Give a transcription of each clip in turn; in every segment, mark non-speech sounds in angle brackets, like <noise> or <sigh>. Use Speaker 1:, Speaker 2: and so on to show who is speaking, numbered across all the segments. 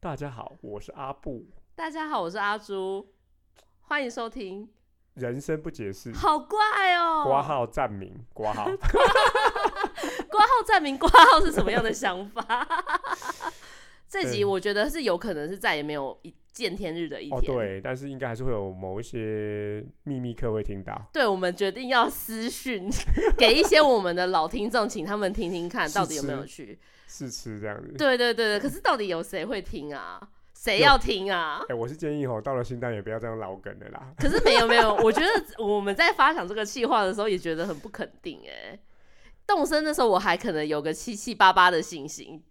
Speaker 1: 大家好，我是阿布。
Speaker 2: 大家好，我是阿朱，欢迎收听。
Speaker 1: 人生不解释，
Speaker 2: 好怪哦、
Speaker 1: 挂号站名，挂
Speaker 2: <laughs>
Speaker 1: 号。
Speaker 2: 挂号站名，挂号是什么样的想
Speaker 1: <laughs>
Speaker 2: 法？这
Speaker 1: 对
Speaker 2: 集我觉得是有可能是再也没有一见天日的一天。
Speaker 1: 哦，对，但是应该还是会有某一些秘密课会听到，
Speaker 2: 对我们决定要私讯 <laughs> 给一些我们的老听众，请他们听听看
Speaker 1: 试
Speaker 2: 到底有没有
Speaker 1: 吃
Speaker 2: 去。
Speaker 1: 试吃这样子。
Speaker 2: 对对对对，可是到底有谁会听啊？谁要听啊？
Speaker 1: 哎、我是建议吼，到了新单元不要这样老梗了啦。
Speaker 2: 可是没有没有，我觉得我们在发想这个计划的时候也觉得很不肯定哎、动身的时候我还可能有个七七八八的信心，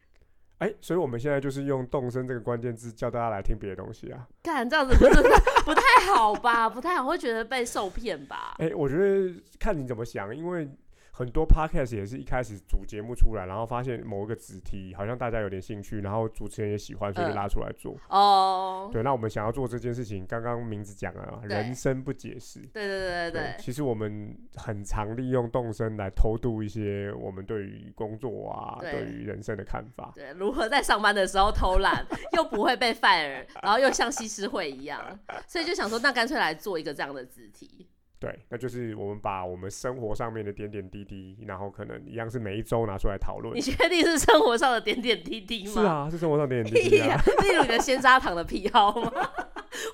Speaker 1: 哎、所以我们现在就是用“动身”这个关键字叫大家来听别的东西啊。
Speaker 2: 干这样子不是不太好吧？不太好，会觉得被受骗吧？
Speaker 1: 哎、我觉得看你怎么想，因为很多 podcast 也是一开始主节目出来，然后发现某一个子题好像大家有点兴趣，然后主持人也喜欢，所以就
Speaker 2: 嗯
Speaker 1: 拉出来做。
Speaker 2: 哦、
Speaker 1: 对，那我们想要做这件事情，刚刚名字讲了啊，
Speaker 2: 对
Speaker 1: 人生不解释。
Speaker 2: 对对对对对，
Speaker 1: 其实我们很常利用动身来偷渡一些我们对于工作啊、
Speaker 2: 对
Speaker 1: 对于人生的看法。
Speaker 2: 对，如何在上班的时候偷懒，又不会被 fire，然后又像西施会一样，所以就想说，那干脆来做一个这样的字体。
Speaker 1: 对，那就是我们把我们生活上面的点点滴滴，然后可能一样是每一周拿出来讨论
Speaker 2: 你。确定是生活上的点点滴滴吗？
Speaker 1: 是啊，是生活上点点滴
Speaker 2: 屁
Speaker 1: 滴
Speaker 2: <laughs>
Speaker 1: 啊。
Speaker 2: 呀、例如你的鲜砂糖的癖好吗？ <laughs>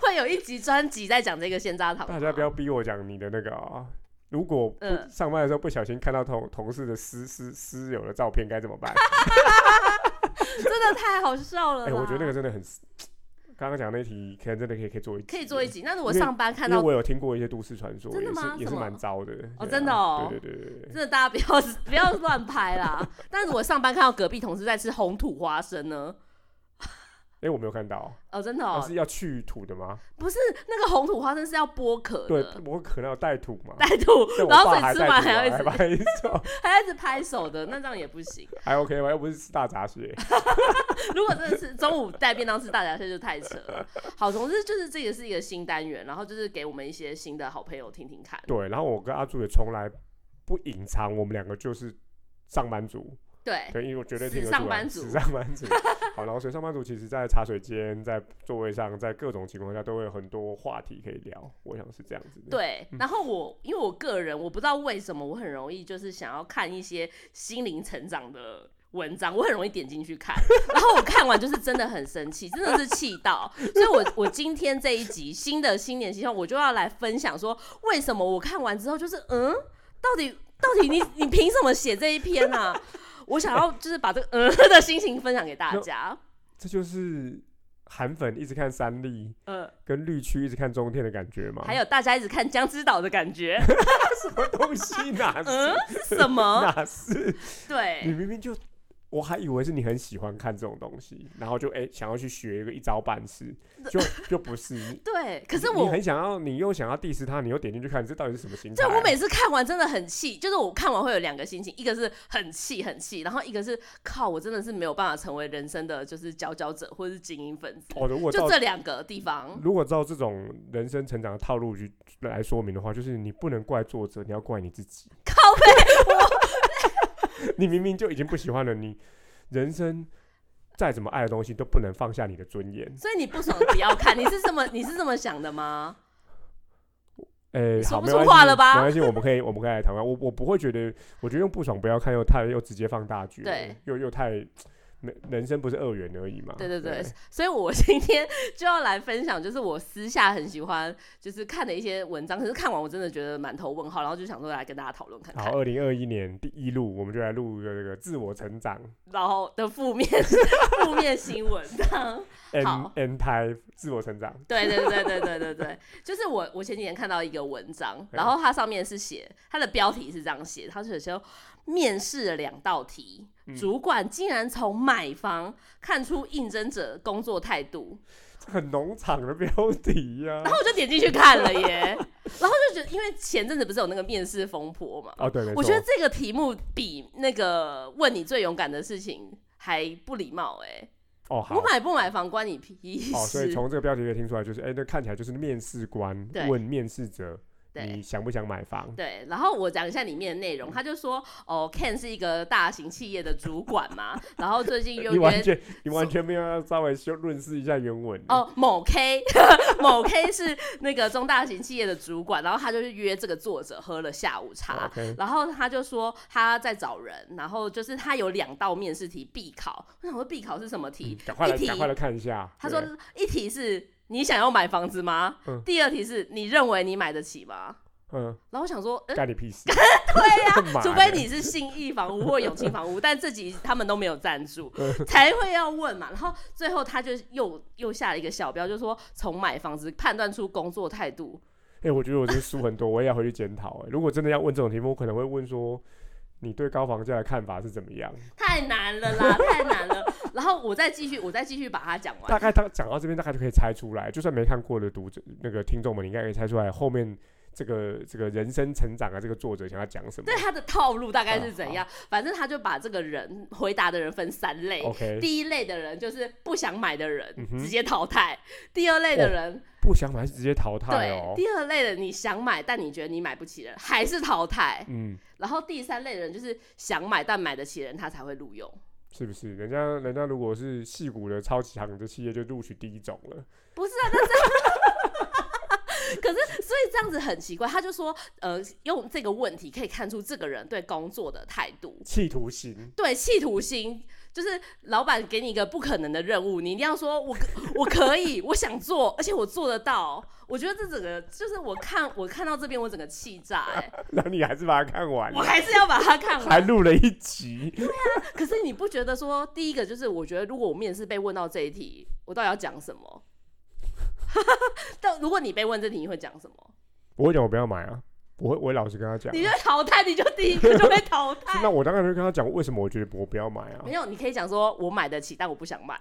Speaker 2: 会有一集专辑在讲这个鲜砂糖吗，
Speaker 1: 大家不要逼我讲你的那个啊、如果不
Speaker 2: 嗯
Speaker 1: 上班的时候不小心看到同同事的私私私有的照片该怎么
Speaker 2: <laughs>
Speaker 1: 办？
Speaker 2: 真的太好笑了
Speaker 1: 哎、
Speaker 2: 啦。
Speaker 1: 我觉得那个真的很，刚刚讲那题可能真的可以可以做一集
Speaker 2: 可以做一集。那如果
Speaker 1: 因为
Speaker 2: 上班看
Speaker 1: 因为
Speaker 2: 到，
Speaker 1: 我有听过一些都市传说，
Speaker 2: 真的
Speaker 1: 也
Speaker 2: 吗
Speaker 1: 是也是
Speaker 2: 什么
Speaker 1: 蛮糟的。
Speaker 2: 哦
Speaker 1: 对啊
Speaker 2: 真的哦
Speaker 1: 对对对对
Speaker 2: 真
Speaker 1: 对。
Speaker 2: 的大家不要 <laughs> 不要乱拍啦。但如果上班看到隔壁同事在吃红土花生呢？
Speaker 1: 哎，我没有看到，
Speaker 2: 哦，真的
Speaker 1: 那
Speaker 2: 哦，
Speaker 1: 是要去土的吗？
Speaker 2: 不是那个红土花生是要剥壳 <laughs>
Speaker 1: 对
Speaker 2: 的，，
Speaker 1: 我可能有带土嘛。
Speaker 2: 呃带土
Speaker 1: 但，我
Speaker 2: 然后
Speaker 1: 爸
Speaker 2: 所以
Speaker 1: 还
Speaker 2: 吃
Speaker 1: 带土
Speaker 2: 完还
Speaker 1: 啊
Speaker 2: 要一直
Speaker 1: 还拍一手，
Speaker 2: 还要一直拍手的，那这样也不行。
Speaker 1: 还 OK 吧？又不是吃大闸蟹。
Speaker 2: <laughs> 如果真的是中午带便当吃大闸蟹，就太扯了。好，总之就是这也是一个新单元，然后就是给我们一些新的好朋友听听看。
Speaker 1: 对，然后我跟阿柱也从来不隐藏，我们两个就是上班族。
Speaker 2: 对，
Speaker 1: 对，因为我绝对听得
Speaker 2: 死
Speaker 1: 出
Speaker 2: 上
Speaker 1: 来
Speaker 2: 班
Speaker 1: 死
Speaker 2: 族
Speaker 1: 上班族。好，然后所以上班族其实，在茶水间、在座位上、在各种情况下，都会有很多话题可以聊。我想是这样子的。
Speaker 2: 对，然后我因为我个人我不知道为什么我很容易就是想要看一些心灵成长的文章，我很容易点进去看，然后我看完就是真的很生气，真的是气到，所以我我今天这一集新的新年希望我就要来分享说为什么我看完之后就是嗯，到底到底你你凭什么写这一篇啊？ <laughs> 我想要就是把这个嗯的心情分享给大家，
Speaker 1: 这就是韩粉一直看三立，
Speaker 2: 呃，
Speaker 1: 跟绿区一直看中天的感觉吗？
Speaker 2: 还有大家一直看江之岛的感觉，
Speaker 1: 什么 <laughs> 东西哪是、
Speaker 2: <laughs> 嗯，哎是
Speaker 1: <laughs>
Speaker 2: 什么？
Speaker 1: 哪是？
Speaker 2: 对
Speaker 1: 你，明明就，我还以为是你很喜欢看这种东西，然后就哎、想要去学个一招半式，就就不是。你
Speaker 2: 对， <laughs> 可是
Speaker 1: 你
Speaker 2: 我
Speaker 1: 很想要，你又想要 diss 他，你又点进去看，这到底是什么心态
Speaker 2: 对
Speaker 1: 啊？
Speaker 2: 我每次看完真的很气，就是我看完会有两个心情，一个是很气很气，然后一个是靠我真的是没有办法成为人生的就是佼佼者或是精英分子，
Speaker 1: 哦，如果照
Speaker 2: 就这两个地方。
Speaker 1: 如果照这种人生成长的套路去来说明的话，就是你不能怪作者，你要怪你自己。
Speaker 2: 靠
Speaker 1: 背， <laughs> 你明明就已经不喜欢了，你人生再怎么爱的东西都不能放下你的尊严。
Speaker 2: 所以你不爽不要看，你是这么 <laughs> 你是这么想的吗？
Speaker 1: 哎、
Speaker 2: 说
Speaker 1: 好，
Speaker 2: 不
Speaker 1: 没
Speaker 2: 出
Speaker 1: 关
Speaker 2: 话
Speaker 1: 系
Speaker 2: 了吧
Speaker 1: 没关系，我们可以，我们可以来谈谈。我我不会觉得，我觉得用不爽不要看又太又直接放大局了，
Speaker 2: 对
Speaker 1: 又又太人人生不是二元而已嘛。
Speaker 2: 对对对，所以我今天就要来分享，就是我私下很喜欢就是看的一些文章，可是看完我真的觉得满头问号，然后就想说来跟大家讨论看
Speaker 1: <laughs>
Speaker 2: 看
Speaker 1: 好，。二零二一年第一路，我们就来录一个这个自我成长
Speaker 2: 然后的负面 <laughs> 负面新闻，这样
Speaker 1: N
Speaker 2: 好
Speaker 1: N type 自我成长。
Speaker 2: 对对对对对对对，就是我我前几天看到一个文章，
Speaker 1: 对
Speaker 2: 然后它上面是写它的标题是这样写，它是说面试了两道题，
Speaker 1: 嗯
Speaker 2: 主管竟然从买房看出应征者工作态度，
Speaker 1: 这很农场的标题呀、
Speaker 2: <laughs> 然后我就点进去看了耶，然后就觉得因为前阵子不是有那个面试风波嘛，
Speaker 1: 哦，对，没错。
Speaker 2: 我觉得这个题目比那个问你最勇敢的事情还不礼貌哎，
Speaker 1: 哦
Speaker 2: 我
Speaker 1: 好。
Speaker 2: 买不买房关你屁
Speaker 1: 哦，所以
Speaker 2: 事，
Speaker 1: 从这个标题可以听出来，就是哎、那看起来就是面试官
Speaker 2: 对
Speaker 1: 问面试者，
Speaker 2: 对
Speaker 1: 你想不想买房？
Speaker 2: 对，然后我讲一下里面的内容，他就说，哦，Ken 是一个大型企业的主管嘛，然后最近又
Speaker 1: <laughs> 你完
Speaker 2: 约
Speaker 1: 全你完全没有要稍微修论述一下原文，
Speaker 2: 哦，某 K <laughs> 某 K 是那个中大型企业的主管，然后他就是约这个作者喝了下午茶。
Speaker 1: OK，
Speaker 2: 然后他就说他在找人，然后就是他有两道面试题必考。我想说必考是什么题？
Speaker 1: 嗯赶快来
Speaker 2: 嗯一题
Speaker 1: 赶快来看一下。
Speaker 2: 他说
Speaker 1: 嗯对
Speaker 2: 一题是你想要买房子吗？
Speaker 1: 嗯
Speaker 2: 第二题是你认为你买得起吗？
Speaker 1: 嗯，
Speaker 2: 然后我想说，呃
Speaker 1: 干你屁
Speaker 2: <laughs>
Speaker 1: 事，对 <laughs> 呀
Speaker 2: 除非你是信义房屋或永庆房屋， <laughs> 但自己他们都没有赞 <laughs> 助，才会要问嘛。然后最后他就又又下了一个小标，就说从买房子判断出工作态度。
Speaker 1: 哎、我觉得我这输很多，我也要回去检讨。哎，如果真的要问这种题目，我可能会问说，你对高房价的看法是怎么样？
Speaker 2: 太难了 <laughs> 啦，太难了。然后我再继续，我再继续把它讲
Speaker 1: 大
Speaker 2: 完。
Speaker 1: 概他讲到这边，大概就可以猜出来。就算没看过的读者、那个听众们，你应该可以猜出来后面这个这个人生成长啊，这个作者想要讲什么
Speaker 2: 对。他的套路大概是怎样？ <laughs> 反正他就把这个人回答的人分三类。
Speaker 1: OK，
Speaker 2: 第一类的人就是不想买的人，
Speaker 1: 嗯哼
Speaker 2: 直接淘汰；第二类的
Speaker 1: 哦
Speaker 2: 人
Speaker 1: 不想买是直接淘汰
Speaker 2: 对，
Speaker 1: 哦。
Speaker 2: 第二类的你想买，但你觉得你买不起人，还是淘汰。
Speaker 1: 嗯，
Speaker 2: 然后第三类的人就是想买但买得起的人，他才会录用。
Speaker 1: 是不是？人家人家如果是戏骨的超级行的企业，就录取第一种了。
Speaker 2: 不是啊，那这样， <laughs> 可是所以这样子很奇怪。他就说，呃，用这个问题可以看出这个人对工作的态度，
Speaker 1: 企图心， <laughs>
Speaker 2: 对企图心。就是老板给你一个不可能的任务，你一定要说我我可以，我想做，而且我做得到。我觉得这整个就是我看我看到这边，我整个气炸哎、
Speaker 1: 然后你还是把它看完
Speaker 2: 我，还是要把它看
Speaker 1: <laughs>
Speaker 2: 完。
Speaker 1: 还录了一集。
Speaker 2: 可是你不觉得说，第一个就是我觉得，如果我面试被问到这一题，我到底要讲什么？ <laughs> 但如果你被问这题，你会讲什么？
Speaker 1: 我会讲我不要买啊，我会我会老实跟他讲啊。
Speaker 2: 你就淘汰，你就第一个就被淘
Speaker 1: 那 <laughs>
Speaker 2: 汰。
Speaker 1: 我当然会跟他讲为什么我觉得我不要买啊
Speaker 2: 没。有，你可以讲说我买得起，但我不想买。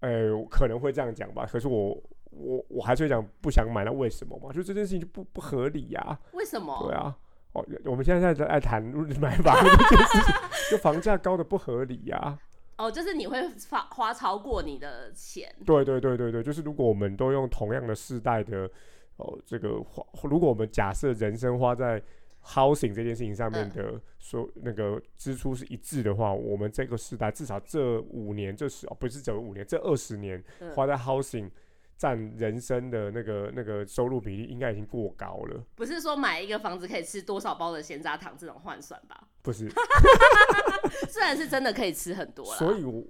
Speaker 1: 哎、我可能会这样讲吧，可是我我我还是会讲不想买，那为什么嘛？就这件事情就不不合理呀、
Speaker 2: 为什么
Speaker 1: 对？啊。哦，我们现在在在谈买房这件事情，就房价高的不合理啊呀、
Speaker 2: 哦，就是你会花花超过你的钱。
Speaker 1: 对对对对对，就是如果我们都用同样的世代的哦，这个花，如果我们假设人生花在 housing 这件事情上面
Speaker 2: 嗯
Speaker 1: 的所那个支出是一致的话，我们这个世代至少这五年这十哦不是这五年这二十年
Speaker 2: 嗯
Speaker 1: 花在 housing 占人生的那个那个收入比例应该已经过高了，
Speaker 2: 不是说买一个房子可以吃多少包的咸杂糖这种换算吧？
Speaker 1: 不
Speaker 2: <laughs>
Speaker 1: 是？
Speaker 2: 虽然是真的可以吃很多啦。
Speaker 1: 所以我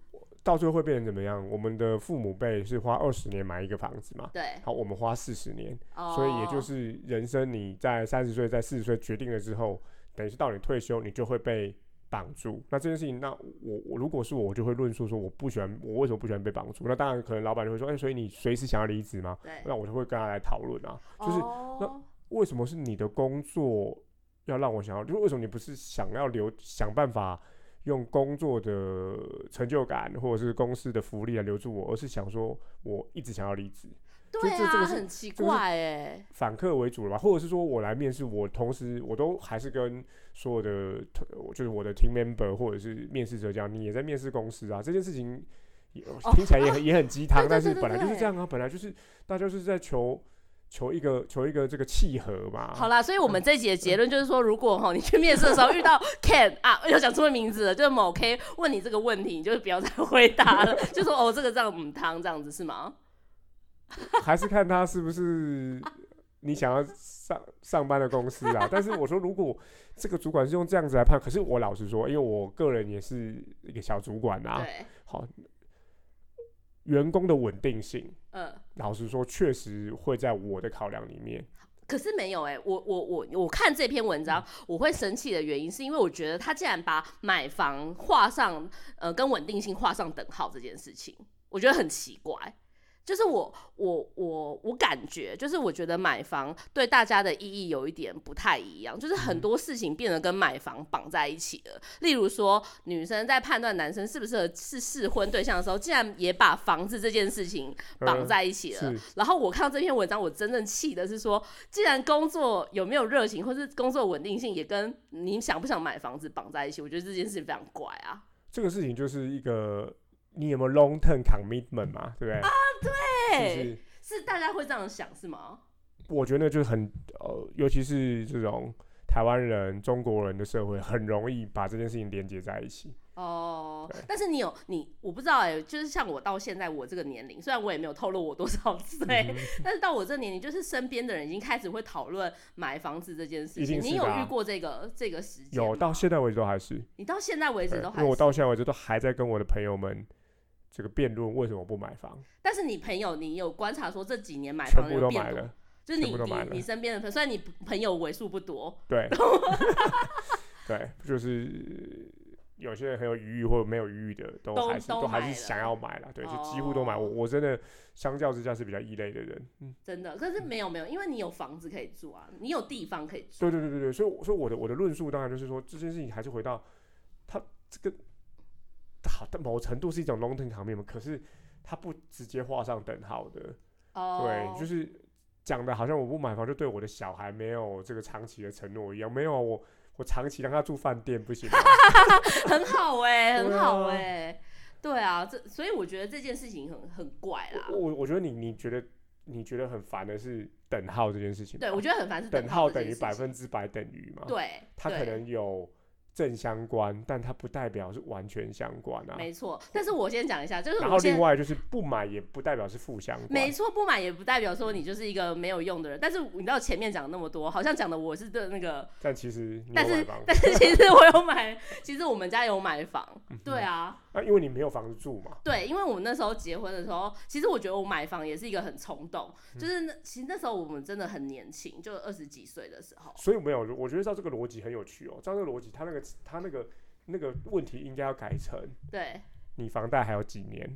Speaker 1: 到最后会变成怎么样？我们的父母辈是花二十年买一个房子嘛，
Speaker 2: 对，
Speaker 1: 好，我们花四十年。
Speaker 2: 哦、
Speaker 1: 所以也就是人生，你在三十岁、在四十岁决定了之后，等于是到你退休，你就会被绑住。那这件事情，那我我如果是我，我就会论述说我不喜欢，我为什么不喜欢被绑住？那当然，可能老板就会说，哎、所以你随时想要离职吗？
Speaker 2: 哦对，
Speaker 1: 那我就会跟他来讨论啊，就是
Speaker 2: 哦
Speaker 1: 为什么是你的工作要让我想要，就是为什么你不是想要留，想办法用工作的成就感或者是公司的福利来留住我，而是想说我一直想要离职。
Speaker 2: 对
Speaker 1: 这这
Speaker 2: 啊，
Speaker 1: 个是
Speaker 2: 很奇
Speaker 1: 这个是
Speaker 2: 怪哎、
Speaker 1: 反客为主了吧，或者是说我来面试，我同时我都还是跟所有的我就是我的 team member 或者是面试者讲，你也在面试公司啊，这件事情也听起来也很、也很鸡汤，
Speaker 2: 哦 <laughs> 对对
Speaker 1: 但是
Speaker 2: 对对
Speaker 1: 本来就是
Speaker 2: 对
Speaker 1: 这样啊，本来就是大家就是在求求一个求一个这个契合嘛。
Speaker 2: 好啦，所以我们这一集的结论就是说，如果哈你去面试的时候遇到 Ken 啊，又讲出名字了，就是某 K 问你这个问题，你就不要再回答了，就说哦这个这样母汤这样子是吗？
Speaker 1: 还是看他是不是你想要上上班的公司啊。但是我说，如果这个主管是用这样子来判，可是我老实说，因为我个人也是一个小主管啊，
Speaker 2: 对，
Speaker 1: 好，员工的稳定性，
Speaker 2: 嗯、
Speaker 1: 老实说，确实会在我的考量里面。
Speaker 2: 可是没有哎、我我我我看这篇文章，我会生气的原因是因为我觉得他竟然把买房画上呃跟稳定性画上等号这件事情，我觉得很奇怪。就是我我我我感觉，就是我觉得买房对大家的意义有一点不太一样，就是很多事情变得跟买房绑在一起了。例如说，女生在判断男生适不适合是适婚对象的时候，竟然也把房子这件事情绑在一起了。
Speaker 1: 嗯是，
Speaker 2: 然后我看到这篇文章，我真正气的是说，既然工作有没有热情，或是工作稳定性，也跟你想不想买房子绑在一起，我觉得这件事情非常怪啊。
Speaker 1: 这个事情就是一个你有没有 long term commitment 嘛，对不对？啊，对，是不是
Speaker 2: 是大家会这样想是吗？
Speaker 1: 我觉得就是很呃，尤其是这种台湾人、中国人的社会，很容易把这件事情连接在一
Speaker 2: <laughs>
Speaker 1: 起。
Speaker 2: 哦
Speaker 1: 对，
Speaker 2: 但是你有你，我不知道哎、就是像我到现在我这个年龄，虽然我也没有透露我多少
Speaker 1: 嗯
Speaker 2: 岁，但是到我这年龄，就是身边的人已经开始会讨论买房子这件事
Speaker 1: 一
Speaker 2: 情。
Speaker 1: 定
Speaker 2: 你
Speaker 1: 是的
Speaker 2: 有
Speaker 1: 啊
Speaker 2: 遇过这个这个时间吗？
Speaker 1: 有到现在为止都还
Speaker 2: <laughs>
Speaker 1: 是，
Speaker 2: 你到现在为
Speaker 1: 对
Speaker 2: 止都
Speaker 1: 因
Speaker 2: 还
Speaker 1: 为我
Speaker 2: 是，
Speaker 1: 到现在为止都还在跟我的朋友们这个辩论为什么不买房，
Speaker 2: 但是你朋友你有观察说这几年买
Speaker 1: 全
Speaker 2: 房的
Speaker 1: 部
Speaker 2: 人
Speaker 1: 都
Speaker 2: 变
Speaker 1: 买
Speaker 2: 多
Speaker 1: 了，
Speaker 2: 就是你
Speaker 1: 全部都买
Speaker 2: 你
Speaker 1: 了
Speaker 2: 你身边的朋友，虽然你朋友为数不多，
Speaker 1: 对，对，就是有些人很有余裕或者没有余裕的，都
Speaker 2: 都
Speaker 1: 还是
Speaker 2: 都
Speaker 1: 还
Speaker 2: 买
Speaker 1: 是
Speaker 2: 了
Speaker 1: 想要买了，对，就几乎都买。我
Speaker 2: 哦
Speaker 1: 我真的相较之下是比较异类的人，嗯
Speaker 2: 真的，可是没有没有，因为你有房子可以住啊，你有地方可以住，
Speaker 1: 对对对对对，所以我所以我的我的论述当然就是说这件事情还是回到它这个好，但某程度是一种 long term commitment，可是它不直接画上等号的，
Speaker 2: 哦，
Speaker 1: 对，就是讲的好像我不买房就对我的小孩没有这个长期的承诺一样，没有啊我我长期让他住饭店不行吗？
Speaker 2: <laughs> 很好哎、
Speaker 1: 对
Speaker 2: 很好
Speaker 1: 啊
Speaker 2: 哎、对啊，这所以我觉得这件事情很很怪啦。
Speaker 1: 我我觉得你你觉得你觉得很烦的是等号这件事情吧，
Speaker 2: 对，我觉得很烦是
Speaker 1: 等
Speaker 2: 号
Speaker 1: 号
Speaker 2: 这
Speaker 1: 等
Speaker 2: 件
Speaker 1: 于
Speaker 2: 事
Speaker 1: 百
Speaker 2: 情
Speaker 1: 分之百等于嘛？，
Speaker 2: 对，
Speaker 1: 它可
Speaker 2: 对
Speaker 1: 能有正相关，但它不代表是完全相关啊。
Speaker 2: 没错。但是我先讲一下，就是
Speaker 1: 然
Speaker 2: 我
Speaker 1: 后
Speaker 2: 先
Speaker 1: 另外就是不买也不代表是负相关，
Speaker 2: 没错，不买也不代表说你就是一个没有用的人。但是你知道前面讲那么多，好像讲的我是对那个，
Speaker 1: 但其实你有
Speaker 2: 但
Speaker 1: 买
Speaker 2: 是
Speaker 1: 房
Speaker 2: 但是其实我有买，其实我们家有买房。对啊，
Speaker 1: 啊，因为你没有房子住嘛，
Speaker 2: 对，因为我们那时候结婚的时候，其实我觉得我买房也是一个很冲动，
Speaker 1: 嗯
Speaker 2: 就是那其实那时候我们真的很年轻，就二十几岁的时候。
Speaker 1: 所以没有，我觉得照这个逻辑很有趣哦。照这个逻辑，它那个它那个那个问题应该要改成 <laughs>
Speaker 2: 对，
Speaker 1: 你房贷还有几年？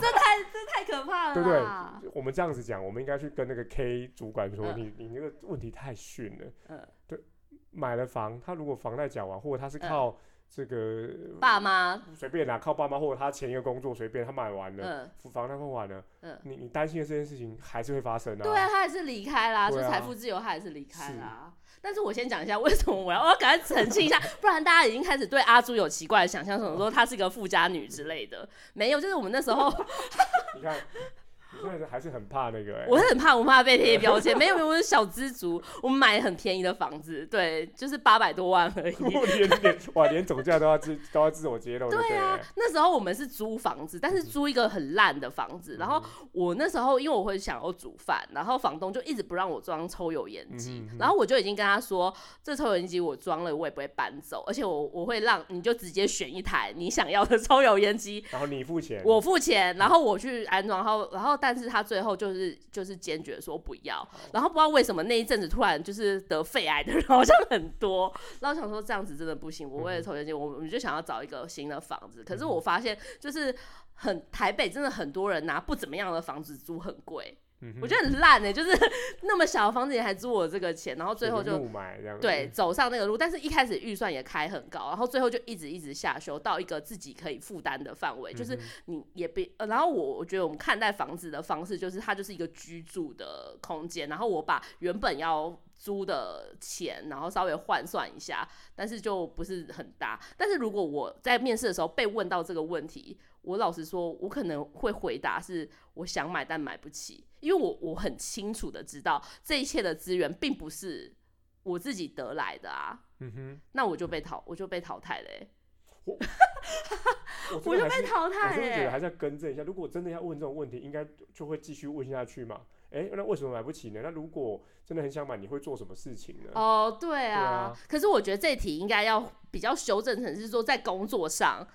Speaker 2: 这太可怕了
Speaker 1: 对不对
Speaker 2: 啦。
Speaker 1: 我们这样子讲，我们应该去跟那个 K 主管说，
Speaker 2: 嗯
Speaker 1: 你你那个问题太逊了。
Speaker 2: 嗯
Speaker 1: 对，买了房，他如果房贷缴完，或者他是
Speaker 2: 嗯
Speaker 1: 靠这个、呃
Speaker 2: 爸妈，
Speaker 1: 随便拿、靠爸妈，或者他前一个工作随便他买完了，
Speaker 2: 嗯
Speaker 1: 付房贷付完了，
Speaker 2: 嗯，
Speaker 1: 你你担心的这件事情还是会发生啊。
Speaker 2: 对啊，他还是离开啦，
Speaker 1: 对
Speaker 2: 就
Speaker 1: 啊
Speaker 2: 财富自由，他还是离开
Speaker 1: 是
Speaker 2: 啦。但是我先讲一下为什么我要，我要赶快澄清一下，不然大家已经开始对阿朱有奇怪的想象，什么说她是个富家女之类的。没有，就是我们那时候
Speaker 1: 你看，你现在还是很怕那个、欸。
Speaker 2: 我很怕，我怕被贴标签。没有没有，我是小资族，我们买很便宜的房子，对，就是八百多
Speaker 1: <laughs>
Speaker 2: 万而已。
Speaker 1: 我连连哇，连总价都要自都要自我揭露就
Speaker 2: 对
Speaker 1: 对
Speaker 2: 啊
Speaker 1: 了，
Speaker 2: 那时候我们是租房子，但
Speaker 1: 嗯
Speaker 2: 是租一个很烂的房子。然后我那时候因为我会想要煮饭，然后房东就一直不让我装抽油烟机
Speaker 1: 嗯，哼嗯
Speaker 2: 然后我就已经跟他说，这抽油烟机我装了，我也不会搬走，而且我我会让你就直接选一台你想要的抽油烟机，
Speaker 1: 然后你付钱，
Speaker 2: 我付钱，然后我去安装，然后然后但是他最后就是就是坚决说不要，然后不知道为什么那一阵子突然就是得肺癌的人 <laughs> 好像很多，然后想说这样子真的不行，我为了抽烟机，我我们就想要找一个新的房子，可是我发现就是。很台北真的很多人拿不怎么样的房子租很贵，
Speaker 1: 嗯哼
Speaker 2: 我觉得很烂哎、就是 <laughs> 那么小的房子你还租我这个钱，然后最后就
Speaker 1: 怒买这样子。
Speaker 2: 对，走上那个路，但是一开始预算也开很高，然后最后就一直一直下修到一个自己可以负担的范
Speaker 1: 嗯
Speaker 2: 围，就是你也别、呃然后我我觉得我们看待房子的方式就是它就是一个居住的空间，然后我把原本要租的钱，然后稍微换算一下，但是就不是很搭。但是如果我在面试的时候被问到这个问题，我老实说，我可能会回答是我想买但买不起，因为我我很清楚的知道这一切的资源并不是我自己得来的啊，
Speaker 1: 嗯哼，
Speaker 2: 那我就被淘我就被淘汰嘞、欸
Speaker 1: 我
Speaker 2: 我
Speaker 1: 真的还
Speaker 2: 就被
Speaker 1: 是
Speaker 2: 淘
Speaker 1: 我
Speaker 2: 汰欸
Speaker 1: 真的觉
Speaker 2: 嘞、
Speaker 1: 得还是要更正一下，如果真的要问这种问题，应该就会继续问下去嘛。哎，那为什么买不起呢？那如果真的很想买，你会做什么事情呢？
Speaker 2: 哦，对啊
Speaker 1: 啊，
Speaker 2: 可是我觉得这题应该要比较修正成是说，在工作上，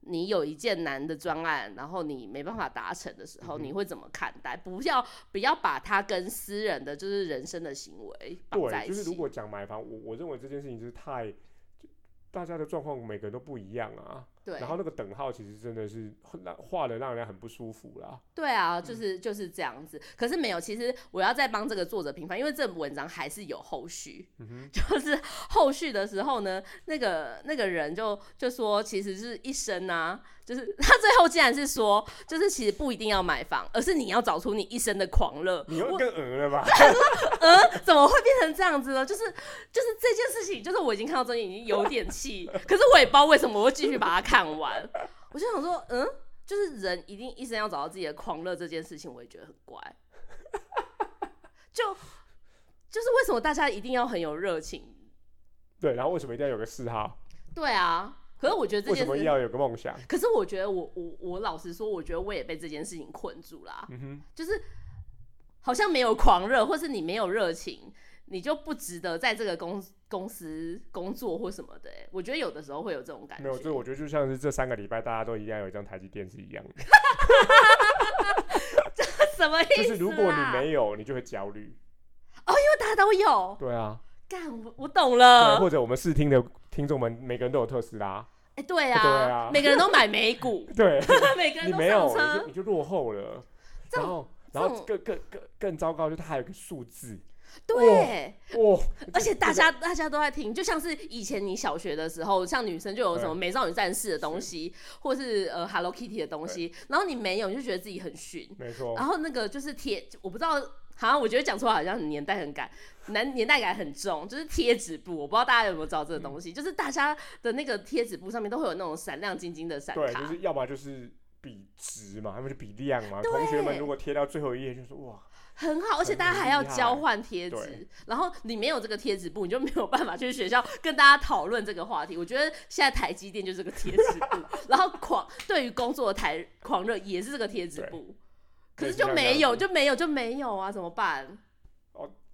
Speaker 2: 你有一件难的专案，然后你没办法达成的时候，
Speaker 1: 嗯哼
Speaker 2: 你会怎么看待？不要不要把它跟私人的就是人生的行为绑在
Speaker 1: 对，
Speaker 2: 一
Speaker 1: 就
Speaker 2: 起。
Speaker 1: 是如果讲买房，我我认为这件事情就是太，就大家的状况每个人都不一样啊。
Speaker 2: 对
Speaker 1: 然后那个等号其实真的是很让画的让人家很不舒服
Speaker 2: <laughs>
Speaker 1: 啦。
Speaker 2: 对啊，
Speaker 1: 嗯
Speaker 2: 就是就是这样子。可是没有，其实我要再帮这个作者平反，因为这文章还是有后续。
Speaker 1: 嗯
Speaker 2: <laughs> 就是后续的时候呢，那个那个人就就说，其实是一生啊，就是 <laughs> 他最后竟然是说，就是其实不一定要买房，而是你要找出你一生的狂热。
Speaker 1: 你又更鹅了吧？ <laughs>
Speaker 2: <laughs> 怎么会变成这样子呢？就是就是这件事情，就是我已经看到这里已经有点气，可是我也不知道为什么我会继续把它看完。我就想说，嗯，就是人一定一生要找到自己的狂热这件事情，我也觉得很怪。就就是为什么大家一定要很有热情？
Speaker 1: 对，然后为什么一定要有个嗜好？
Speaker 2: 对啊，可是我觉得这
Speaker 1: 为什
Speaker 2: 件
Speaker 1: 么一
Speaker 2: 事
Speaker 1: 定要有个梦想？
Speaker 2: 可是我觉得我我我老实说，我觉得我也被这件事情困住啦，
Speaker 1: 嗯哼，
Speaker 2: 就是好像没有狂热，或是你没有热情，你就不值得在这个公公司工作或什么的欸、我觉得有的时候会有这种感
Speaker 1: 没有，这
Speaker 2: 觉。
Speaker 1: 我觉得就像是这三个礼拜大家都一定要有一张台积电是一样的，
Speaker 2: <laughs> 什么意思
Speaker 1: 就
Speaker 2: 啊？
Speaker 1: 是如果你没有，你就会焦虑。
Speaker 2: 因为大家都有
Speaker 1: 对啊，
Speaker 2: 干，我我懂
Speaker 1: 对，
Speaker 2: 了。
Speaker 1: 或者我们试听的听众们，每个人都有特斯
Speaker 2: <laughs>
Speaker 1: 拉，
Speaker 2: 哎、对啊，
Speaker 1: 对啊，
Speaker 2: 每个人都买美股
Speaker 1: <laughs> 对，
Speaker 2: 每个人
Speaker 1: 你
Speaker 2: 都
Speaker 1: 没有，
Speaker 2: 上
Speaker 1: 你就
Speaker 2: 车。
Speaker 1: 你就落后了。
Speaker 2: 这
Speaker 1: 然
Speaker 2: 种
Speaker 1: 后，然后
Speaker 2: 这
Speaker 1: 更更更更糟糕，就是它还有个数字，哦
Speaker 2: 对，
Speaker 1: 哇，
Speaker 2: <laughs> 而且大家大家都在听，就像是以前你小学的时候，像女生就有什么
Speaker 1: 对
Speaker 2: 美少女战士的东西，或是呃 Hello Kitty 的东西，然后你没有，你就觉得自己很逊。
Speaker 1: 没错，
Speaker 2: 然后那个就是贴，我不知道，好像我觉得讲出来好像很年代很感，难年代感很重，就是贴纸布，我不知道大家有没有知道这个东
Speaker 1: 嗯
Speaker 2: 西，就是大家的那个贴纸布上面都会有那种闪亮晶晶的闪
Speaker 1: 对，就
Speaker 2: 卡，
Speaker 1: 是要么就是比值嘛，要么就比量嘛。同学们
Speaker 2: 对
Speaker 1: 如果贴到最后一页，就说哇，
Speaker 2: 很好，而且大家还要交换贴
Speaker 1: 对
Speaker 2: 纸，然后你没有这个贴纸布，你就没有办法去学校跟大家讨论这个话题。我觉得现在台积电就是这个贴纸布，
Speaker 1: <laughs>
Speaker 2: 然后狂对于工作的台狂热也是这个贴纸布，可
Speaker 1: 对
Speaker 2: 是
Speaker 1: 就
Speaker 2: 就
Speaker 1: 像
Speaker 2: 没
Speaker 1: 这样
Speaker 2: 有
Speaker 1: 子
Speaker 2: 就没有就没有啊，怎么办？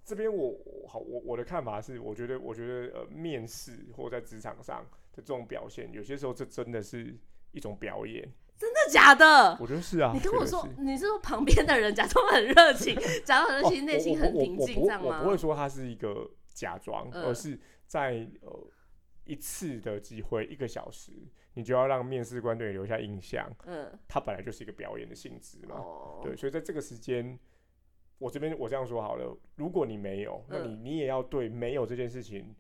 Speaker 1: 这边我我好，我我的看法是，我觉得我觉得呃，面试或在职场上的这种表现，有些时候这真的是一种表演。
Speaker 2: 真的假的？
Speaker 1: 我觉得是啊，
Speaker 2: 你跟我说
Speaker 1: 绝对是。
Speaker 2: 你是说旁边的人假装很热
Speaker 1: <laughs>
Speaker 2: 情，假装很热
Speaker 1: 哦
Speaker 2: 情，内心
Speaker 1: 我
Speaker 2: 很
Speaker 1: 我
Speaker 2: 平
Speaker 1: 我
Speaker 2: 静，
Speaker 1: 我
Speaker 2: 这
Speaker 1: 不
Speaker 2: 样
Speaker 1: 哦会我
Speaker 2: 吗
Speaker 1: 不？会说它是一个假装，
Speaker 2: 嗯
Speaker 1: 而是在呃一次的机会，一个小时，你就要让面试官对你留下印象。
Speaker 2: 嗯，
Speaker 1: 它本来就是一个表演的性质嘛。
Speaker 2: 哦，
Speaker 1: 对，所以在这个时间，我这边我这样说好了，如果你没有，那
Speaker 2: 嗯
Speaker 1: 你你也要对没有这件事情，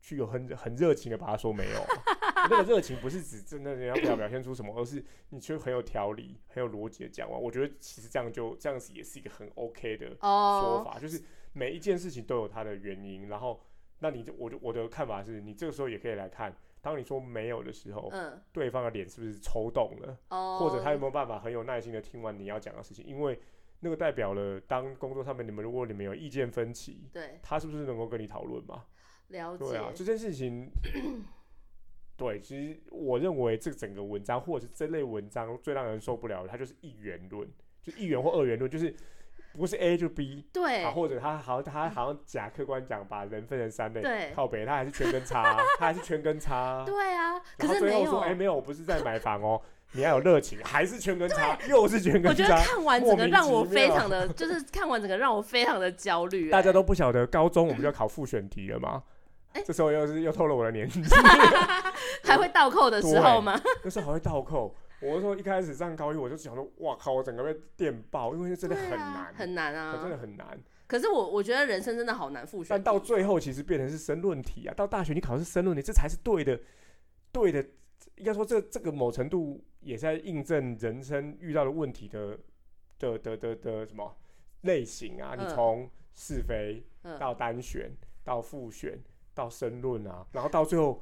Speaker 1: 去有很很热情的把它说没有啊。那个热情不是指真的你要表表现出什么，而是你却很有条理、很有逻辑的讲完。我觉得其实这样就这样子也是一个很 OK 的说
Speaker 2: 哦，
Speaker 1: 法，就是每一件事情都有它的原因。然后，那你就我就我的看法是，你这个时候也可以来看，当你说没有的时候，
Speaker 2: 嗯，
Speaker 1: 对方的脸是不是抽动了？哦
Speaker 2: 哦，
Speaker 1: 或者他有没有办法很有耐心的听完你要讲的事情，因为那个代表了当工作上面你们如果你们有意见分歧，
Speaker 2: 对
Speaker 1: 他是不是能够跟你讨论嘛？
Speaker 2: 了
Speaker 1: 对啊，这
Speaker 2: 解，
Speaker 1: 件事情，对，其实我认为这整个文章或者是这类文章最让人受不了的，它就是一元论，就一元或二元论，就是不是 A 就 B，
Speaker 2: 对
Speaker 1: 啊，，或者他好像他好像假客观讲把人分成三类，
Speaker 2: 对，
Speaker 1: 靠北他还是全跟
Speaker 2: <laughs>
Speaker 1: 叉，他还是全跟叉，
Speaker 2: 对啊，
Speaker 1: 然
Speaker 2: 可
Speaker 1: 后
Speaker 2: 是
Speaker 1: 最
Speaker 2: 没
Speaker 1: 后说，
Speaker 2: 有。
Speaker 1: 哎、没有，我不是在买房哦，你要有热情，还是全跟差，又是全
Speaker 2: 我
Speaker 1: 跟
Speaker 2: 觉得
Speaker 1: 差。
Speaker 2: 看完
Speaker 1: 莫
Speaker 2: 整个
Speaker 1: 名
Speaker 2: 让
Speaker 1: 其
Speaker 2: 我非
Speaker 1: 妙
Speaker 2: 常的，就是看完整个让我非常的
Speaker 1: <laughs>
Speaker 2: 焦虑、
Speaker 1: 大
Speaker 2: 哎
Speaker 1: 家都不晓得，高中我们就要考复选题了嘛。
Speaker 2: 哎
Speaker 1: 这时候又是又透露我的年 <laughs> 纪，
Speaker 2: 还会倒扣的时候吗？
Speaker 1: 那时候还会倒扣。我说一开始上高一，我就想说，哇靠，我整个被电爆，因为真的很
Speaker 2: 对啊
Speaker 1: 难，
Speaker 2: <laughs> 很难
Speaker 1: 真的
Speaker 2: 啊。
Speaker 1: 很难。
Speaker 2: 可是我我觉得人生真的好难复选
Speaker 1: 但
Speaker 2: 题，
Speaker 1: 到最后，其实变成是申论题啊。到大学你考的是申论题，这才是对的，对的。应该说这这个某程度也在印证人生遇到的问题的的的的的什么类型啊。你
Speaker 2: 嗯
Speaker 1: 从是非
Speaker 2: 嗯
Speaker 1: 到单选，到复选，到申论啊，然后到最后，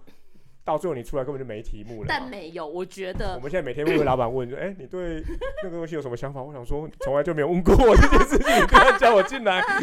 Speaker 1: 到最后你出来根本就没题目了
Speaker 2: 但
Speaker 1: 嘛。
Speaker 2: 没有，我觉
Speaker 1: 我
Speaker 2: 得
Speaker 1: 们现在每天问老板问，说：“哎、你对那个东西有什么想法？”我想说，从来就没有问过我这件事情，你不要叫我进来， <laughs>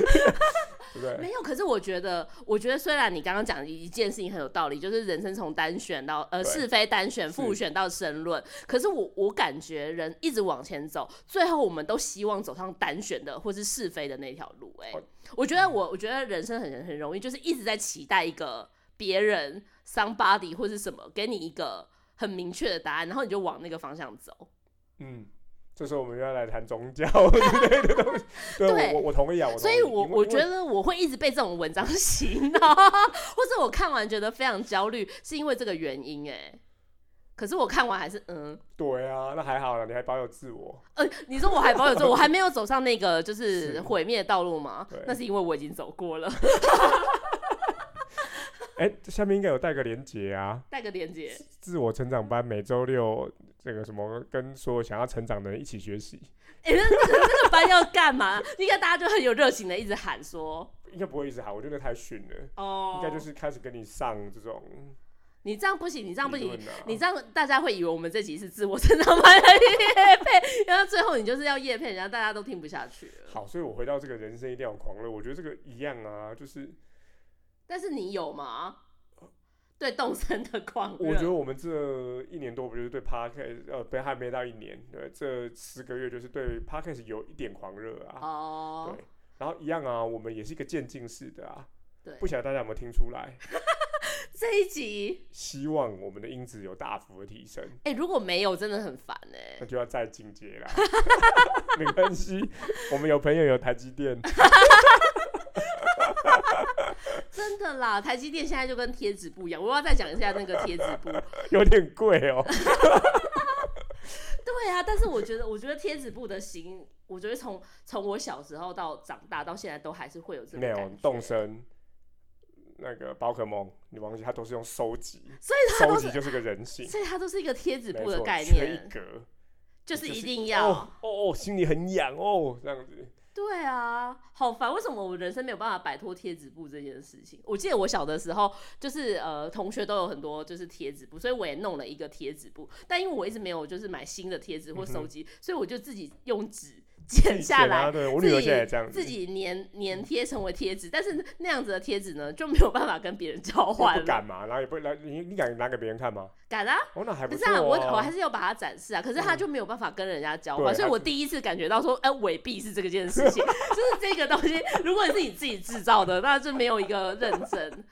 Speaker 1: 对不对？
Speaker 2: 没有。可是我觉得，我觉得虽然你刚刚讲的一件事情很有道理，就是人生从单选到呃
Speaker 1: 对
Speaker 2: 是非单选、
Speaker 1: 是
Speaker 2: 复选到申论，可是我我感觉人一直往前走，最后我们都希望走上单选的或是是非的那条路、哎
Speaker 1: 哦，
Speaker 2: 我觉得我我觉得人生很很容易，就是一直在期待一个别人 somebody 或是什么给你一个很明确的答案，然后你就往那个方向走。
Speaker 1: 嗯，这时候我们又要来谈宗教之类的东西。对，
Speaker 2: 对
Speaker 1: 我我我同意啊，我
Speaker 2: 所
Speaker 1: 同意
Speaker 2: 以我
Speaker 1: 因为
Speaker 2: 我
Speaker 1: 因
Speaker 2: 觉
Speaker 1: 为
Speaker 2: 得我会一直被这种文章 <laughs> 洗脑，或者我看完觉得非常焦虑，是因为这个原因哎、可是我看完还是嗯，
Speaker 1: 对啊，那还好了，你还保有自我。
Speaker 2: 呃，你说我还保有这，我还没有走上那个就是是毁灭的道路吗
Speaker 1: 对？
Speaker 2: 那是因为我已经走过了。
Speaker 1: 哎，下面应该有带个连结啊，
Speaker 2: 带个
Speaker 1: <laughs>
Speaker 2: 连接，
Speaker 1: 自我成长班每周六这个什么，跟所有想要成长的人一起学习，
Speaker 2: 哎、那那那个班要干嘛？应该大家就很有热情的一直喊说
Speaker 1: 应该不会一直喊，我觉得太逊了。
Speaker 2: 哦，
Speaker 1: 应该就是开始跟你上这种，啊
Speaker 2: 你这样不行，你这
Speaker 1: 这
Speaker 2: 样不行，你
Speaker 1: 你
Speaker 2: 这样大家会以为我们这集是自我成长版的 <laughs> 叶配，然后最后你就是要叶配，然后大家都听不下去了。
Speaker 1: 好，所以我回到这个人生一定要有狂热，我觉得这个一样啊，就是
Speaker 2: 但是你有吗？对动身的狂热，
Speaker 1: 我觉得我们这一年多不就是对 podcast 呃，不还没到一年，对，这十个月就是对 podcast 有一点狂热啊，
Speaker 2: 哦
Speaker 1: 对，然后一样啊，我们也是一个渐进式的啊，
Speaker 2: 对
Speaker 1: 不晓得大家有没有听出来？
Speaker 2: 这一集，
Speaker 1: 希望我们的音质有大幅的提升，
Speaker 2: 哎、如果没有真的很烦哎、
Speaker 1: 那就要再进阶啦。 <laughs> 没关系，我们有朋友有台积电，
Speaker 2: 真的啦，台积电现在就跟贴纸布一样，我要再讲一下那个贴纸布。
Speaker 1: 有点贵哦、
Speaker 2: <laughs> 对啊，但是我觉得，我觉得贴纸布的型，我觉得从从我小时候到长大到现在，都还是会有这种
Speaker 1: 没有
Speaker 2: 感觉。
Speaker 1: 动身，那个宝可梦，你忘记它都是用收集，
Speaker 2: 所以它
Speaker 1: 收
Speaker 2: 都
Speaker 1: 集
Speaker 2: 是，
Speaker 1: 就是个人性，
Speaker 2: 所以它都是一个贴纸
Speaker 1: 没
Speaker 2: 布的
Speaker 1: 错，
Speaker 2: 概
Speaker 1: 缺一
Speaker 2: 念，
Speaker 1: 格，
Speaker 2: 就是
Speaker 1: 就是
Speaker 2: 一定要。
Speaker 1: 哦哦哦，心里很痒哦，这样子。
Speaker 2: 对啊，好烦！为什么我人生没有办法摆脱贴纸布这件事情？我记得我小的时候，就是呃，同学都有很多就是贴纸布，所以我也弄了一个贴纸布。但因为我一直没有就是买新的贴纸
Speaker 1: 嗯
Speaker 2: 或收集，所以我就自己用纸剪
Speaker 1: 以
Speaker 2: 下
Speaker 1: 前
Speaker 2: 来
Speaker 1: 啊，，对我
Speaker 2: 自
Speaker 1: 女
Speaker 2: 己
Speaker 1: 儿现在也这样子，
Speaker 2: 自己粘粘贴成为贴纸，但是那样子的贴纸呢，就没有办法跟别人交
Speaker 1: 又
Speaker 2: 换
Speaker 1: 不
Speaker 2: 了。
Speaker 1: 敢嘛，然后也不来，你你敢拿给别人看吗？
Speaker 2: 敢啊！
Speaker 1: 哦，那还
Speaker 2: 不
Speaker 1: 不
Speaker 2: 是
Speaker 1: 错
Speaker 2: 啊，
Speaker 1: 哦嗯
Speaker 2: 我我还是有把它展示啊，可是它就没有办法跟人家交换，
Speaker 1: 对
Speaker 2: 所以
Speaker 1: 它
Speaker 2: 我
Speaker 1: 就
Speaker 2: 第一次感觉到说，哎、伪币是这个件事
Speaker 1: <laughs>
Speaker 2: 情，就是这个东西，如果是你自己制造的，那就没有一个认真，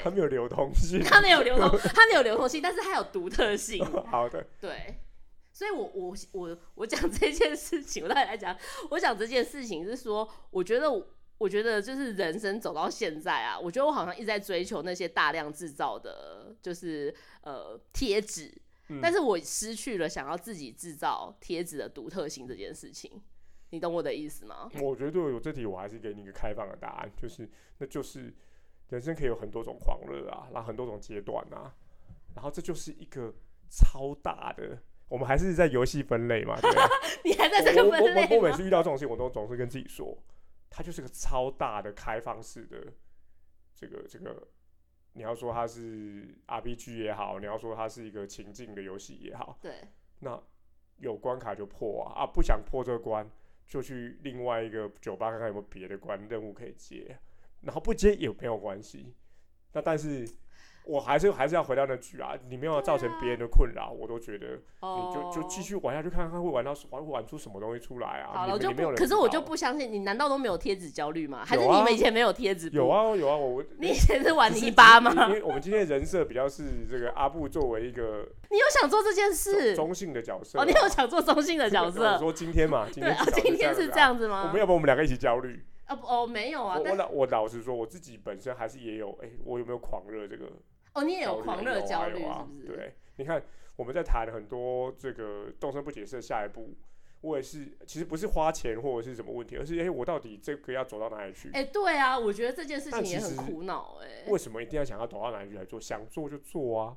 Speaker 1: <laughs> 它，没哦有流通性。
Speaker 2: 它没有流
Speaker 1: <laughs>
Speaker 2: 通，它没有流通性，但是它有独特性，
Speaker 1: 好的，
Speaker 2: 对，所以我我我我讲这件事情，我到底来讲，我讲这件事情是说，我觉得我我觉得就是人生走到现在啊，我觉得我好像一直在追求那些大量制造的，就是呃贴纸，
Speaker 1: 嗯
Speaker 2: 但是我失去了想要自己制造贴纸的独特性这件事情，你懂我的意思吗？ <laughs>
Speaker 1: 我觉得对我这题我还是给你一个开放的答案，就是那就是人生可以有很多种狂热啊，然后很多种阶段啊，然后这就是一个超大的。我们还是在游戏分类嘛，对不对？
Speaker 2: 你还在这个
Speaker 1: 我我
Speaker 2: 分
Speaker 1: 我我
Speaker 2: 类
Speaker 1: 我每
Speaker 2: 吗？
Speaker 1: 次遇到这种事情，我都总是跟自己说，它就是个超大的开放式的这个这个。你要说它是 RPG 也好，你要说它是一个情境的游戏也好，
Speaker 2: 对，
Speaker 1: 那有关卡就破啊啊！不想破这关，就去另外一个酒吧看看有没有别的关任务可以接，然后不接也没有关系。那但是我还是还是要回到那句啊，你没有造成别人的困扰，我都觉得你
Speaker 2: 哦，
Speaker 1: 就就继。续玩下去，看看会玩到玩会玩出什么东西出来啊！
Speaker 2: 好
Speaker 1: 你
Speaker 2: 了，我
Speaker 1: 们
Speaker 2: 就
Speaker 1: 你没有
Speaker 2: 不，
Speaker 1: 人
Speaker 2: 可是
Speaker 1: 知
Speaker 2: 我
Speaker 1: 道
Speaker 2: 就不相信你，难道都没有贴纸焦虑吗？还是
Speaker 1: 有
Speaker 2: 你
Speaker 1: 啊
Speaker 2: 们以前没有贴纸？
Speaker 1: 有，啊有啊，我我
Speaker 2: 你以前是玩
Speaker 1: 只是
Speaker 2: 泥巴
Speaker 1: 因因
Speaker 2: 吗？
Speaker 1: 为我们今天的人设比较是这个阿布作为一个
Speaker 2: 你有想做这件事？
Speaker 1: 中性的角色啊，
Speaker 2: 哦，你有想做中
Speaker 1: <laughs>
Speaker 2: 性的角
Speaker 1: 我
Speaker 2: 色？
Speaker 1: 说今天
Speaker 2: <laughs>
Speaker 1: 嘛，今
Speaker 2: 对
Speaker 1: 天
Speaker 2: 啊
Speaker 1: 至，少
Speaker 2: 今天是
Speaker 1: 子
Speaker 2: 这
Speaker 1: 啊
Speaker 2: 样子
Speaker 1: 我
Speaker 2: 吗
Speaker 1: 们？要不然我们两个一起焦虑。
Speaker 2: 哦不哦，没有啊
Speaker 1: 我，
Speaker 2: 但
Speaker 1: 我老我老实说，我自己本身还是也有，哎、我有没有狂热这个
Speaker 2: 哦，你也
Speaker 1: 焦虑啊？
Speaker 2: 有狂热
Speaker 1: 有啊
Speaker 2: 焦
Speaker 1: 有
Speaker 2: 虑是
Speaker 1: 啊
Speaker 2: 不是？
Speaker 1: 对，你看我们在谈很多这个动身不解释的下一步，我也是，其实不是花钱或者是什么问题，而是哎、我到底这个要走到哪里去？
Speaker 2: 哎、对啊，我觉得这件事
Speaker 1: 但
Speaker 2: 情也
Speaker 1: 其
Speaker 2: 很
Speaker 1: 实
Speaker 2: 苦恼哎、
Speaker 1: 为什么一定要想要走到哪里去来做？想做就做啊，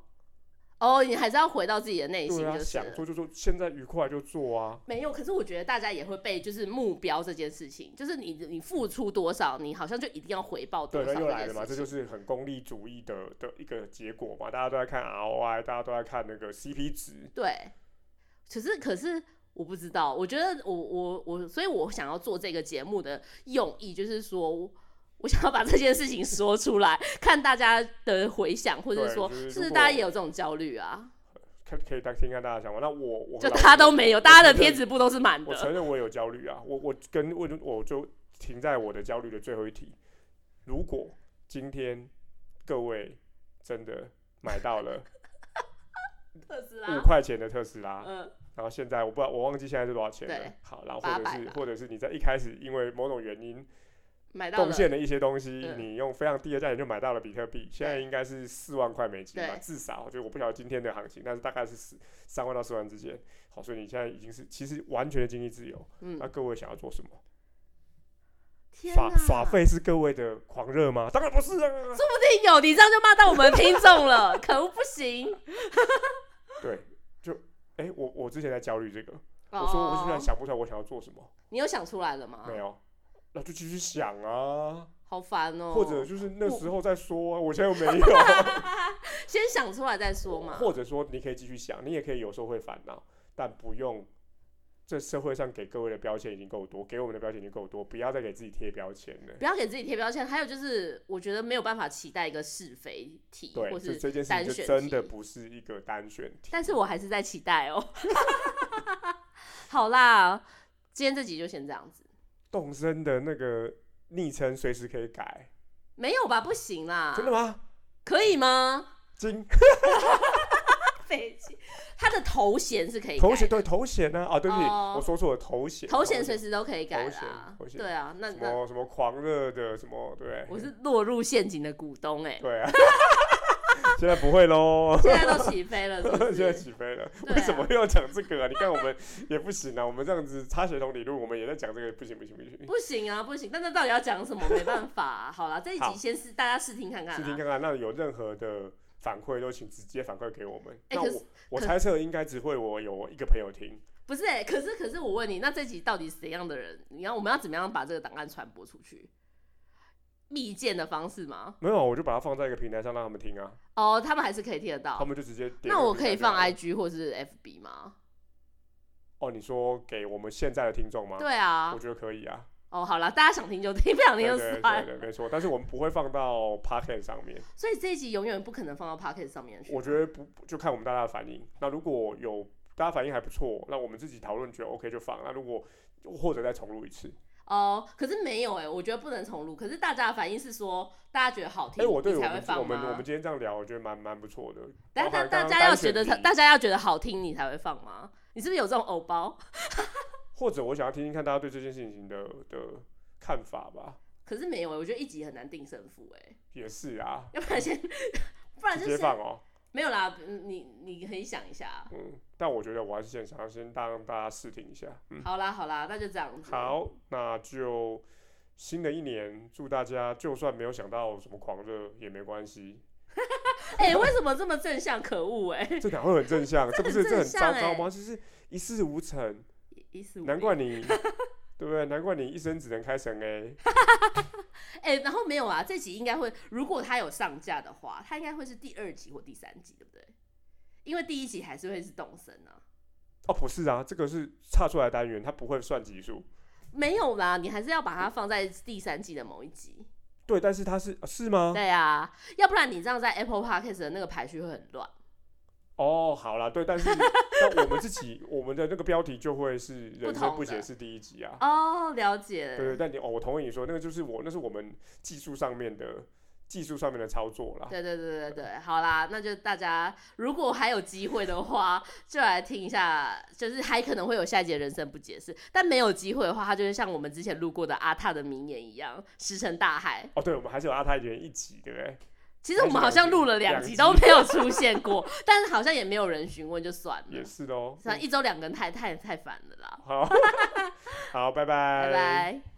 Speaker 2: 哦，你还是要回到自己的内心，
Speaker 1: 对啊，
Speaker 2: 就是、
Speaker 1: 想做就做，现在愉快就做啊。
Speaker 2: 没有。可是我觉得大家也会被就是目标这件事情，就是你你付出多少，你好像就一定要回报多
Speaker 1: 对，
Speaker 2: 少
Speaker 1: 那
Speaker 2: 件事情。
Speaker 1: 又来了嘛，这就是很功利主义的的一个结果嘛，大家都在看 ROI，大家都在看那个 CP 值，
Speaker 2: 对，可是可是我不知道，我觉得我我我，所以我想要做这个节目的用意就是说。我想要把这件事情说出来，看大家的回响，或者
Speaker 1: 对
Speaker 2: 是说，
Speaker 1: 就是是
Speaker 2: 不是
Speaker 1: 如
Speaker 2: 大家
Speaker 1: 果
Speaker 2: 也有这种焦虑啊？
Speaker 1: 可可以当听看大家想法。那我我
Speaker 2: 就
Speaker 1: 老
Speaker 2: 大家都没有，大家的
Speaker 1: 承认
Speaker 2: 贴纸布都是满
Speaker 1: 我
Speaker 2: 的。
Speaker 1: 承认我有焦虑啊，我我跟我就我就停在我的焦虑的最后一题。如果今天各位真的买到
Speaker 2: <laughs>
Speaker 1: 了
Speaker 2: 特斯
Speaker 1: 五
Speaker 2: 拉，
Speaker 1: 块钱的特斯拉，
Speaker 2: 嗯，
Speaker 1: 然后现在我不知道我忘记现在是多少钱
Speaker 2: 对
Speaker 1: 了。好，然后或者
Speaker 2: 800
Speaker 1: 是
Speaker 2: 吧
Speaker 1: 或者是你在一开始因为某种原因
Speaker 2: 买到
Speaker 1: 贡
Speaker 2: 了。
Speaker 1: 献了一些东西，
Speaker 2: 嗯
Speaker 1: 你用非常低的价钱就买到了比特币，现在应该是四万块美金吧，
Speaker 2: 对
Speaker 1: 至少就我不晓得今天的行情，但是大概是四三万到四万之间。好，所以你现在已经是其实完全的经济自由。那
Speaker 2: 嗯，
Speaker 1: 各位想要做什么？
Speaker 2: 天
Speaker 1: 耍
Speaker 2: 哪，
Speaker 1: 耍废是各位的狂热吗？当然不是啊。
Speaker 2: 不定有，你这样就骂到我们听众了，可恶，不行。
Speaker 1: 对，就哎、我我之前在焦虑这个，
Speaker 2: 哦哦
Speaker 1: 我说我现在想不出来我想要做什么，
Speaker 2: 你有想出来了吗？
Speaker 1: 没有，那就继续想啊，
Speaker 2: 好烦哦。
Speaker 1: 或者就是那
Speaker 2: 我 <laughs>
Speaker 1: 时候再说啊，我现在又没有。
Speaker 2: 先想出来再说嘛。
Speaker 1: 或者说你可以继续想，你也可以有时候会烦恼，但不用。这社会上给各位的标签已经够多，给我们的标签已经够多，不要再给自己贴标签了。
Speaker 2: 不要给自己贴标签。还有就是，我觉得没有办法期待一个是非题，
Speaker 1: 对，
Speaker 2: 或
Speaker 1: 这
Speaker 2: 是，
Speaker 1: 这件事
Speaker 2: 单
Speaker 1: 情就
Speaker 2: 选
Speaker 1: 真的
Speaker 2: 题
Speaker 1: 不是一个单选题。
Speaker 2: 但是我还是在期待哦。 <laughs> 好啦，今天这集就先这样子，
Speaker 1: 动身的那个昵称随时可以改，
Speaker 2: 没有吧？不行啦，
Speaker 1: 真的吗？
Speaker 2: 可以吗？
Speaker 1: 金
Speaker 2: <laughs> 飞机， <laughs> 他的头衔是可以改的，
Speaker 1: 头衔对头衔呢？啊，对不起，
Speaker 2: 哦
Speaker 1: 我说错了，头衔
Speaker 2: 头衔随时都可以改
Speaker 1: 头衔
Speaker 2: 啦。
Speaker 1: 头衔
Speaker 2: 对啊，那
Speaker 1: 什
Speaker 2: 那
Speaker 1: 么什么狂热的什么对，
Speaker 2: 我是落入陷阱的股东
Speaker 1: <laughs>
Speaker 2: 哎、
Speaker 1: 对啊，现在不会喽。
Speaker 2: 现在都起飞了，是不
Speaker 1: <laughs> 现在
Speaker 2: 是？
Speaker 1: 起飞了，
Speaker 2: 对啊
Speaker 1: 为什么又要讲这个啊？你看我们也不行啊，我们这样子插血统理论，我们也在讲这个，不行不行不行，
Speaker 2: 不行啊，不行！但那到底要讲什么？没办法啊、好啦，这一
Speaker 1: 好
Speaker 2: 集先试，大家试听看看
Speaker 1: 试
Speaker 2: 啊。
Speaker 1: 听看看。那有任何的反馈都请直接反馈给我们。
Speaker 2: 哎
Speaker 1: 那
Speaker 2: 可是
Speaker 1: 我我
Speaker 2: 可
Speaker 1: 猜测应该只会我有一个朋友听，
Speaker 2: 不是、欸，可是可是我问你，那这集到底怎样的人？你要我们要怎么样把这个档案传播出去？密件的方式吗？
Speaker 1: 没有，我就把它放在一个平台上让他们听啊，
Speaker 2: 哦，他们还是可以听得
Speaker 1: 他
Speaker 2: 到。
Speaker 1: 们就直接点
Speaker 2: 那我可以放
Speaker 1: 那个平台就好了
Speaker 2: IG 或是 FB 吗？
Speaker 1: 哦，你说给我们现在的听众吗？
Speaker 2: 对啊
Speaker 1: 我，觉得可以啊，
Speaker 2: 哦，好了，大家想听就听，不 <laughs> 想听
Speaker 1: 对
Speaker 2: 就
Speaker 1: 对
Speaker 2: 算
Speaker 1: 对
Speaker 2: 了。
Speaker 1: 对，没错。但是我们不会放到 p o c k e t 上面，
Speaker 2: 所以这一集永远不可能放到 Pocket 上面去。
Speaker 1: 我觉得不就看我们大家的反应。那如果有大家反应还不错，那我们自己讨论觉得 OK 就放。那如果或者再重录一次，
Speaker 2: 哦，可是没有哎、我觉得不能重录。可是大家的反应是说，大家觉得好听，
Speaker 1: 哎、我对
Speaker 2: 你
Speaker 1: 我
Speaker 2: 才会
Speaker 1: 们我
Speaker 2: 放
Speaker 1: 们我
Speaker 2: 吗
Speaker 1: 们？今天这样聊，我觉得蛮蛮不错的。
Speaker 2: 但
Speaker 1: 包含
Speaker 2: 但
Speaker 1: 刚刚
Speaker 2: 大家要
Speaker 1: 单
Speaker 2: 觉
Speaker 1: 选
Speaker 2: 得，
Speaker 1: 题
Speaker 2: 大家要觉得好听，你才会放吗？你是不是有这种偶包？
Speaker 1: 或者我想要听听看大家对这件事情的的看法吧，
Speaker 2: 可是没有哎、我觉得一集很难定胜负哎、
Speaker 1: 也是啊，
Speaker 2: 要不然先，不然
Speaker 1: 直
Speaker 2: 就
Speaker 1: 接
Speaker 2: 是
Speaker 1: 放哦。
Speaker 2: 没有啦。嗯你你可以想一下。
Speaker 1: 嗯，但我觉得我还是先想要先让大家试听一下。嗯，
Speaker 2: 好啦好啦，那就这样子。，
Speaker 1: 好，那就新的一年，祝大家就算没有想到什么狂热也没关系，
Speaker 2: 哎、为什么这么正向？可恶哎、
Speaker 1: 这哪会很正
Speaker 2: <laughs>
Speaker 1: 向？这不是
Speaker 2: 很
Speaker 1: 这很
Speaker 2: 正
Speaker 1: 糟
Speaker 2: 向
Speaker 1: 糕
Speaker 2: 欸
Speaker 1: 吗？就是一事无成，
Speaker 2: 一四五
Speaker 1: 难怪
Speaker 2: <laughs>
Speaker 1: 你，对不对？难怪你一生只能开神 A。
Speaker 2: 哎、然后没有啊，这集应该会，如果它有上架的话，它应该会是第二集或第三集，对不对？因为第一集还是会是动森啊，
Speaker 1: 哦，不是啊，这个是差出来的单元，它不会算级数。
Speaker 2: 没有啦，你还是要把它放在第三季的某一集。
Speaker 1: 对，但是它是是吗？
Speaker 2: 对啊，要不然你这样在 Apple Podcast 的那个排序会很乱。
Speaker 1: 哦，好啦，对，但是 <laughs> 但我们自己我们的那个标题就会是人生
Speaker 2: 同
Speaker 1: 不解
Speaker 2: 的
Speaker 1: 是第一集啊。
Speaker 2: 哦，了解了。
Speaker 1: 对对，但你哦，我同意你说，那个就是我，那是我们技术上面的技术上面的操作啦。
Speaker 2: 对对对对对，好啦，那就大家如果还有机会的话，就来听一下，就是还可能会有下一节人生不解释，但没有机会的话，它就会像我们之前录过的阿塔的名言一样，石沉大海。
Speaker 1: 哦，对，我们还是有阿泰人一集，对不对？
Speaker 2: 其实我们好像录了两集都没有出现过， <laughs> 但是好像也没有人询问，就算
Speaker 1: 也
Speaker 2: 了。
Speaker 1: 是哦。
Speaker 2: 算一周两更太太太烦了啦，
Speaker 1: <laughs> 好，好，拜拜，
Speaker 2: 拜拜。